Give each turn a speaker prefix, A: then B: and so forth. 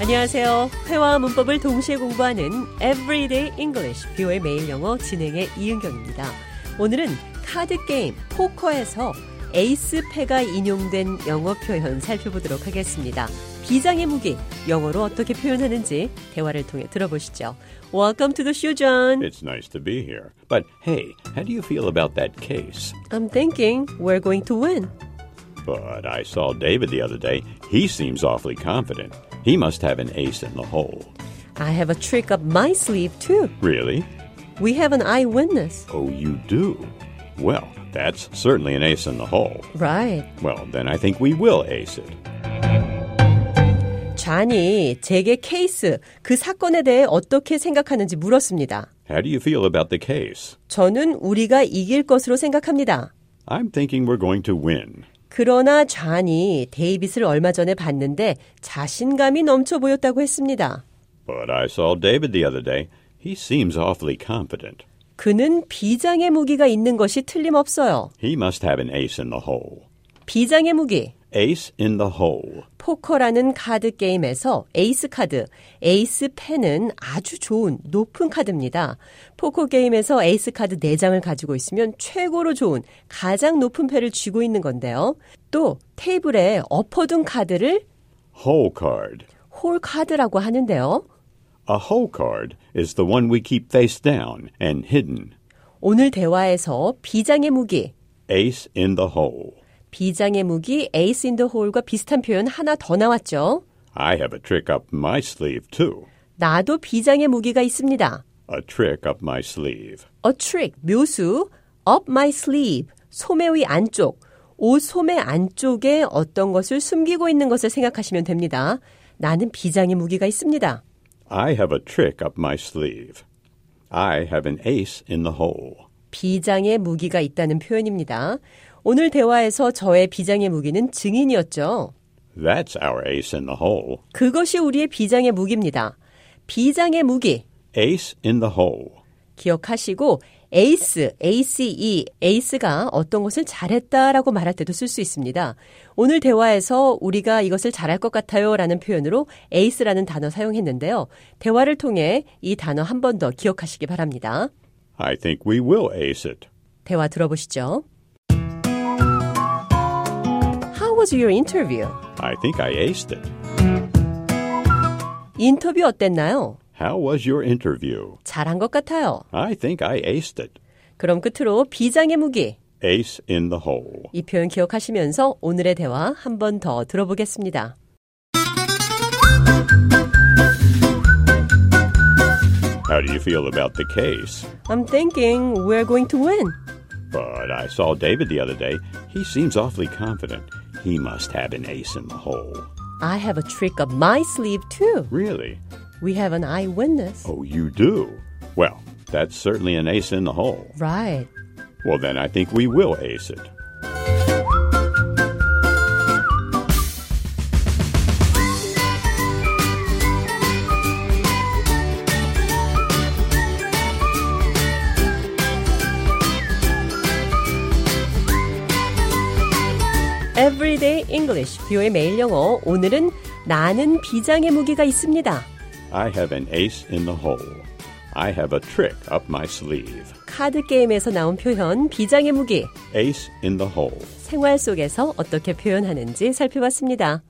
A: 안녕하세요. 회화와 문법을 동시에 공부하는 Everyday English, 뷰의 매일 영어 진행의 이은경입니다. 오늘은 카드 게임 포커에서 에이스 패가 인용된 영어 표현 살펴보도록 하겠습니다. 비장의 무기, 영어로 어떻게 표현하는지 대화를 통해 들어보시죠. Welcome to the show, John.
B: It's nice to be here. But hey, how do you feel about that case?
A: I'm thinking we're going to win.
B: But I saw David the other day. He seems awfully confident. He must have an ace in the hole.
A: I have a trick up my sleeve, too.
B: Really?
A: We have an eyewitness.
B: Oh, you do? Well, that's certainly an ace in the hole.
A: Right.
B: Well, then I think we will ace it.
A: 잔이 제게 케이스, 그 사건에 대해 어떻게 생각하는지 물었습니다.
B: How do you feel about the case?
A: 저는 우리가 이길 것으로 생각합니다.
B: I'm thinking we're going to win.
A: 그러나 잔이 데이빗을 얼마 전에 봤는데 자신감이 넘쳐 보였다고 했습니다.
B: But I saw David the other day. He seems awfully confident.
A: 그는 비장의 무기가 있는 것이 틀림없어요.
B: He must have an ace in the hole.
A: 비장의 무기.
B: Ace in the hole.
A: 포커라는 카드 게임에서 에이스 카드, 에이스 펜은 아주 좋은 높은 카드입니다. 포커 게임에서 에이스 카드 4장을 가지고 있으면 최고로 좋은 가장 높은 패를 쥐고 있는 건데요. 또 테이블에 엎어둔 카드를
B: Hole card.
A: 홀 카드라고 하는데요.
B: A hole card is the one we keep face down and hidden.
A: 오늘 대화에서 비장의 무기,
B: Ace in the hole.
A: 비장의 무기 에이스 인더 홀과 비슷한 표현 하나 더 나왔죠.
B: I have a trick up my sleeve, too.
A: 나도 비장의 무기가 있습니다.
B: A trick up my sleeve.
A: A trick, 묘수, up my sleeve, 소매 위 안쪽, 옷 소매 안쪽에 어떤 것을 숨기고 있는 것을 생각하시면 됩니다. 나는 비장의 무기가 있습니다.
B: I have a trick up my sleeve. I have an ace in the hole.
A: 비장의 무기가 있다는 표현입니다. 오늘 대화에서 저의 비장의 무기는 증인이었죠.
B: That's our ace in the hole.
A: 그것이 우리의 비장의 무기입니다. 비장의 무기,
B: Ace in the hole.
A: 기억하시고 에이스, ACE, 에이스가 어떤 것을 잘했다라고 말할 때도 쓸 수 있습니다. 오늘 대화에서 우리가 이것을 잘할 것 같아요라는 표현으로 에이스라는 단어 사용했는데요. 대화를 통해 이 단어 한 번 더 기억하시기 바랍니다.
B: I think we will ace it.
A: 대화 들어보시죠. How was your interview?
B: I think I aced it.
A: 인터뷰 어땠나요?
B: How was your interview?
A: 잘한 것 같아요.
B: I think I aced it.
A: 그럼 끝으로 비장의 무기
B: Ace in the hole.
A: 이 표현 기억하시면서 오늘의 대화 한 번 더 들어보겠습니다.
B: How do you feel about the case?
A: I'm thinking we're going to win.
B: But I saw David the other day. He seems awfully confident. He must have an ace in the hole.
A: I have a trick up my sleeve too.
B: Really?
A: We have an eyewitness.
B: Oh, you do? Well, that's certainly an ace in the hole.
A: Right.
B: Well, then I think we will ace it.
A: Everyday English. 뷰의 매일 영어. 오늘은 나는 비장의 무기가 있습니다.
B: I have an ace in the hole. I have a trick up my sleeve.
A: 카드 게임에서 나온 표현 비장의 무기.
B: Ace in the hole.
A: 생활 속에서 어떻게 표현하는지 살펴봤습니다.